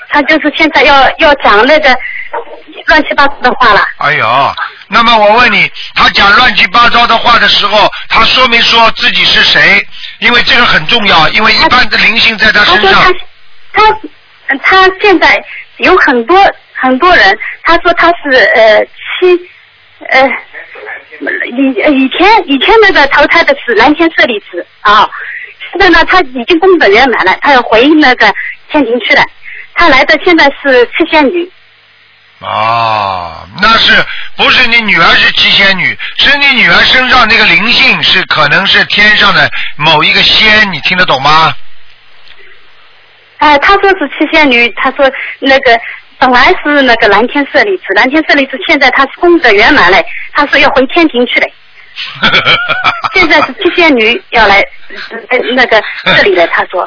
她就是现在要要讲那个乱七八糟的话了，
哎呦，那么我问你，他讲乱七八糟的话的时候，他说没说自己是谁？因为这个很重要，因为一般的灵性在他
她
身
说她
上。
她嗯她现在有很多很多人，她说她是呃七呃。以以前以前那个投胎的是蓝天舍利子啊，现在呢他已经工作圆满了，他要回那个天庭去了。他来的现在是七仙女，
哦，那是不是你女儿是七仙女？是你女儿身上那个灵性是可能是天上的某一个仙，你听得懂吗？ *laughs*
哎，他说是七仙女，他说那个本来是那个蓝天舍利子，蓝天舍利子现在他是功德圆满了，他说要回天庭去了。
*laughs*
现在是七仙女要来、呃、那个这里了，他说。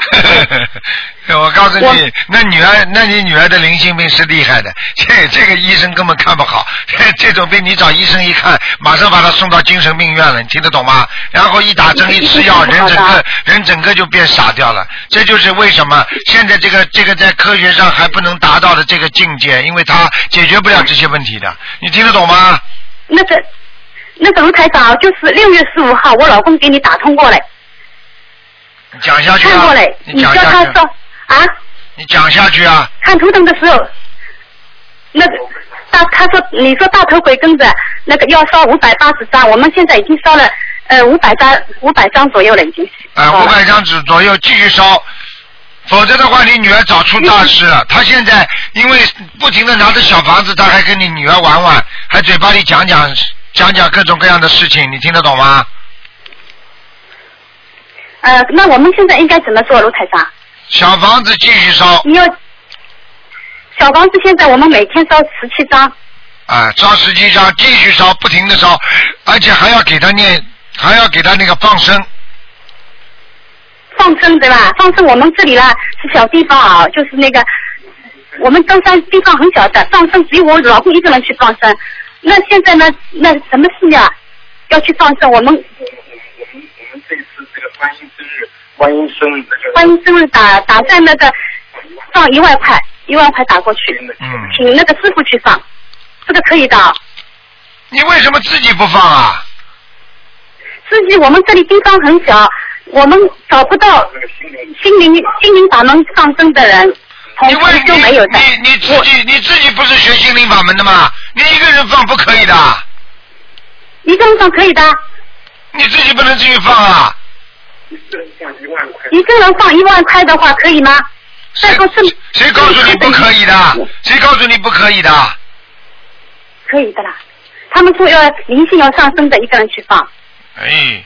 *laughs* 我告诉
我
你，那女儿，那你女儿的灵性病是厉害的，这这个医生根本看不好， *laughs* 这种病你找医生一看，马上把她送到精神病院了，你听得懂吗？然后一打针一吃药，人整
啊
个人整个就变傻掉了。这就是为什么现在这个这个在科学上还不能达到的这个境界，因为它解决不了这些问题的，你听得懂吗？
那个那个卢台长，就是六月十五号，我老公给你打通过来，
你讲下去
看
啊
过来，，
你
你
讲
叫
下
他
去
说
啊，
啊，
你讲下去啊。
看图腾的时候，那个大他说你说大头鬼跟着那个要烧五百八十张，我们现在已经烧了呃五百张五百张左右了已经。
啊，
哦
五百张纸左右继续烧，否则的话，你女儿早出大事
嗯
了。她现在因为不停的拿着小房子，她还跟你女儿玩玩，还嘴巴里讲讲讲讲各种各样的事情，你听得懂吗？
嗯、呃，那我们现在应该怎么做，卢台长？
小房子继续烧
你要小房子，现在我们每天烧十七张，
啊，烧十七张，继续烧，不停的烧，而且还要给他念，还要给他那个放生。
放生对吧？放生我们这里啦是小地方啊，就是那个我们登山地方很小的，放生只有我老公一个人去放生。那现在呢？那什么事呀、要去放生，我们
观音生日，
观音生日打打算那个放一万块，一万块打过去，
嗯，
请那个师傅去放，这个可以的啊。
你为什么自己不放啊？
自己我们这里地方很小，我们找不到心灵心灵法门放生的人，同
你为
时就
你
没有的。
你你自己你自己不是学心灵法门的吗？你一个人放不可以的，
一个人放可以的，
你自己不能自己放啊。
一个人放一万块的话可以吗？
谁
再说是
谁告诉你不可以的？谁告诉你不可以的？
可以的啦。他们说要灵性要上升的，一个人去放。
哎，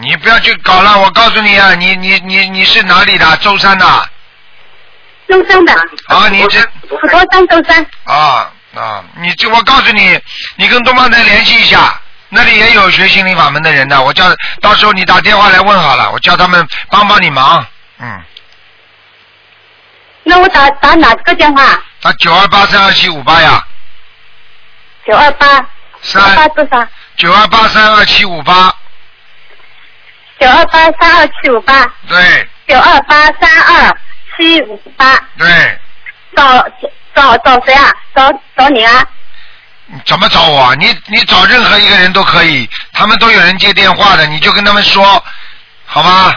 你不要去搞了，我告诉你啊，你你你你是哪里的？舟山的
周三的，
啊？你这
普陀山周三，
啊啊，你这我告诉你，你跟东方台联系一下，那里也有学心灵法门的人的，我叫到时候你打电话来问好了，我叫他们帮帮你忙。嗯，
那我打打哪个电话？
打九二八三二七五八呀，
九二八，
哎
九二八
三
多少？
九二八三二七五八，
九二八三二七五八，
对
九二八三二七五八。
对，
找找找谁啊？找找你啊？
你怎么找我啊？你你找任何一个人都可以，他们都有人接电话的，你就跟他们说，好吗？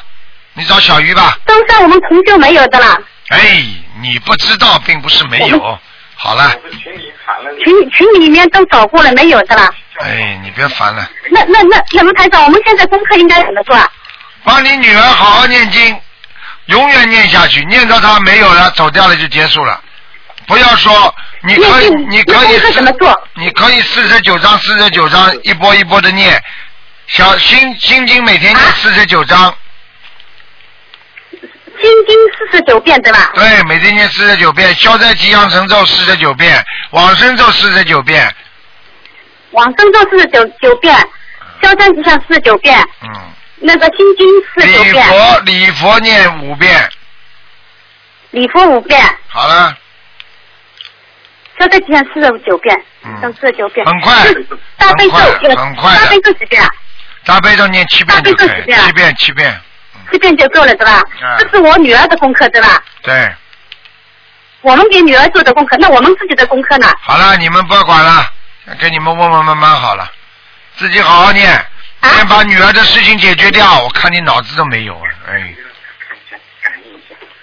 你找小鱼吧。
周三我们同修没有的啦，
哎，你不知道并不是没有。好了，嗯
群群里面都找过了没有的啦。
哎，你别烦了，
那那那那卢台长，我们现在功课应该怎么做啊？
帮你女儿好好念经，永远念下去，念到她没有了走掉了就结束了。不要说你可以
那，那
你可以嗯
那功课怎么做？
你可以四十九章，四十九章一波一波的念，小心心经每天念
啊
四十九章，
心经四十九遍对吧？
对，每天念四十九遍，消灾吉祥神咒四十九遍，往生咒四十九遍，
往生咒四十九九遍，消灾吉祥四十九遍，
嗯，
那个心经四十
礼
九遍，
佛礼佛念五遍，
礼佛五遍，
好了。
消灾吉祥四十九遍
嗯，
等四十九遍。
很快
大悲
很
咒
快
有
很快的
大悲咒几遍啊？
大悲咒念七遍就可
大悲咒几
以，
遍啊
七遍七遍，
七遍就够了对吧
嗯？
这是我女儿的功课对吧？
对，
我们给女儿做的功课，那我们自己的功课呢？
好了，你们不要管了，给你们问问慢慢好了，自己好好念，
啊
先把女儿的事情解决掉。我看你脑子都没有啊，哎，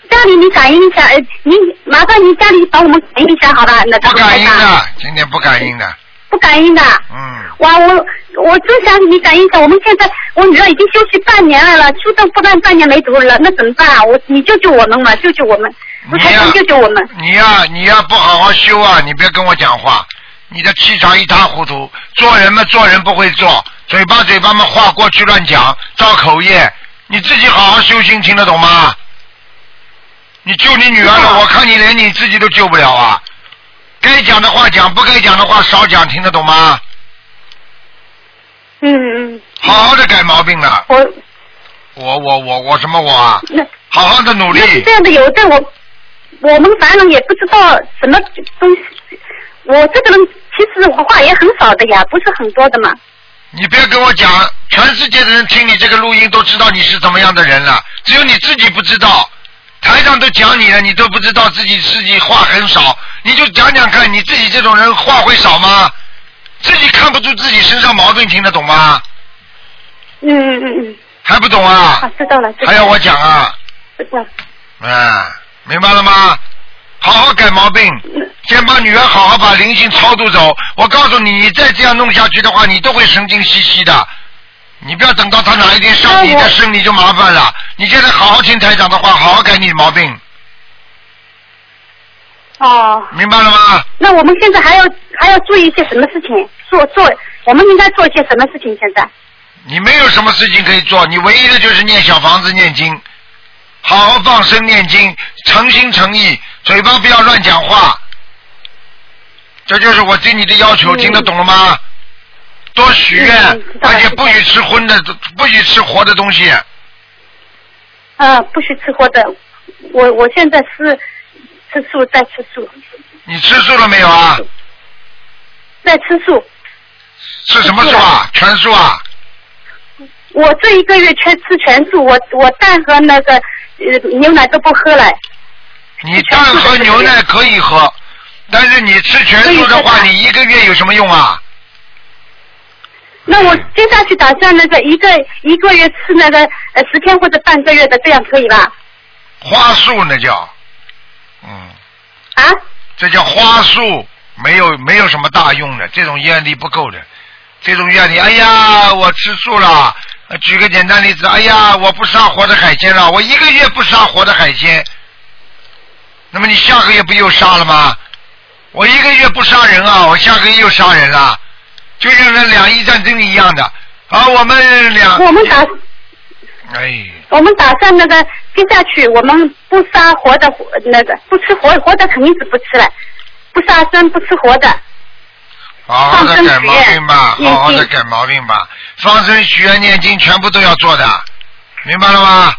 家里你感应一下，呃，你麻烦你家里帮我们感应一下，好吧？那个
不感应
台长，
的，今天不感应的，
不感应的。
嗯，
哇，我我真想你感应一下，我们现在我女儿已经休息半年了了，初中不但半年没读了，那怎么办啊？我你救救我们嘛，救救我们，不
你
台
呀
长救救我们。
你呀、你呀、不好好修啊，你别跟我讲话，你的气场一塌糊涂，做人嘛做人不会做，嘴巴嘴巴嘛话过去乱讲，造口业，你自己好好修心，听得懂吗？你救你女儿
知
了，
道
我看你连你自己都救不了啊！该讲的话讲，不该讲的话少讲，听得懂吗？
嗯嗯，
好好的改毛病了，
我
我我我我什么我啊？
那
好好的努力
那，是这样的，有的我我们凡人也不知道什么东西。我这个人其实我话也很少的呀，不是很多的嘛。
你别跟我讲，全世界的人听你这个录音都知道你是怎么样的人了，只有你自己不知道。台上都讲你了，你都不知道自己自己话很少，你就讲讲看，你自己这种人话会少吗？自己看不出自己身上毛病，听得懂吗？
嗯嗯嗯嗯，
还不懂啊
好，？知道了。知道了
还要我讲啊？
知道了
嗯，明白了吗？好好改毛病，先把女儿好好把灵性超度走。我告诉你，你再这样弄下去的话，你都会神经兮兮的。你不要等到她哪一天上你
哎我
的身，你就麻烦了。你现在好好听台长的话，好好改你的毛病，
哦，
明白了吗？
那我们现在还要还要注意一些什么事情？做做，我们应该做一些什么事情？现在
你没有什么事情可以做，你唯一的就是念小房子、念经，好好放生、念经，诚心诚意，嘴巴不要乱讲话。这就是我对你的要求，听得懂了吗？多许愿，而且不许吃荤的，不许吃活的东西。
啊，不许吃活的。我我现在是吃素，在吃素，
你吃素了没有啊？
在吃素。
吃什么素啊？全素啊？
我这一个月全吃全素，我我蛋和那个呃牛奶都不喝了。
你蛋和牛奶可以喝，但是你吃全素的话，
可以喝的
你一个月有什么用啊？
那我接下去打算那个一个一个月吃那个呃十天或者半个月的，这样可以吧？
花素那叫，嗯，
啊？
这叫花束，没有没有什么大用的，这种愿力不够的，这种愿力，哎呀，我吃素了。呃举个简单例子，哎呀，我不杀活的海鲜了，我一个月不杀活的海鲜，那么你下个月不又杀了吗？我一个月不杀人啊，我下个月又杀人了，就像那两伊战争一样的。啊，我们两，
我们打
哎，
我们打算那个接下去我们不杀活的活那个不吃活活的肯定是不吃了，不杀生不吃活的。
好好的
放生
改毛
许愿
病吧，
念
好好的
经
改毛病吧，放生、许愿、念经全部都要做的，明白了吗？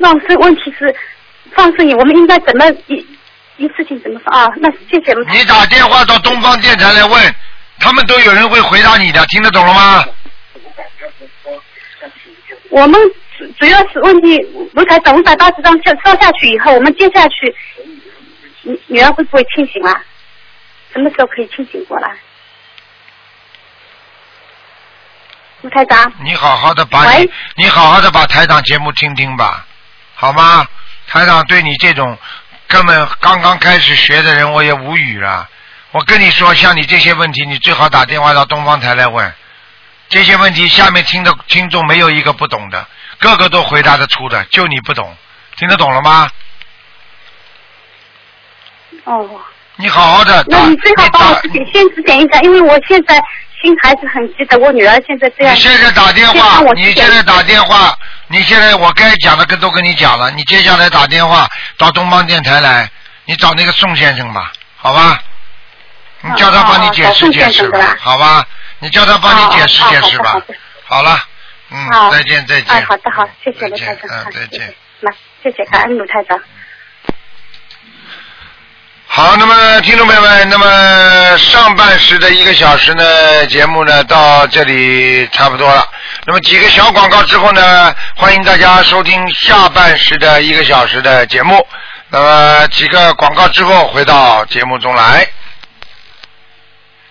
放生问题是放生，我们应该怎么一一次性怎么放啊？那谢谢。
你打电话到东方电台来问，他们都有人会回答你的，听得懂了吗？
我们主主要是问题，卢台长五百八十张烧烧下去以后，我们接下去，女女儿会不会清醒啦？什么时候可以清醒过来？卢台长，
你好好的把你
喂，
你好好的把台长节目听听吧，好吗？台长对你这种根本刚刚开始学的人，我也无语了。我跟你说，像你这些问题，你最好打电话到东方台来问。这些问题下面听的听众没有一个不懂的，个个都回答得出的，就你不懂，听得懂了吗？
哦，
你好好的打，
那你最好帮我
打
指点，先指点一下，因为我现在心还是很急的，我女儿现在这样。
你现在打电
先
话
啊帮，我
你
指点
现在打电话，你现在我该讲的跟都跟你讲了，你接下来打电话到东方电台来，你找那个宋先生吧，好吧？
嗯
你叫他帮你解释
哦哦哦
解
宋先
释
生
吧
对吧，
好吧？你叫他帮你解释
哦哦
解释
好
吧
的好的。
好了，嗯
好，
再见再
哎
见。，
好的好，谢谢
再
卢台
见
长，
嗯
好，
再
谢
见
谢。那谢谢，感恩卢台长。
好，那么听众朋友们，那么上半时的一个小时呢，节目呢到这里差不多了。那么几个小广告之后呢，欢迎大家收听下半时的一个小时的节目。那么几个广告之后回到节目中来。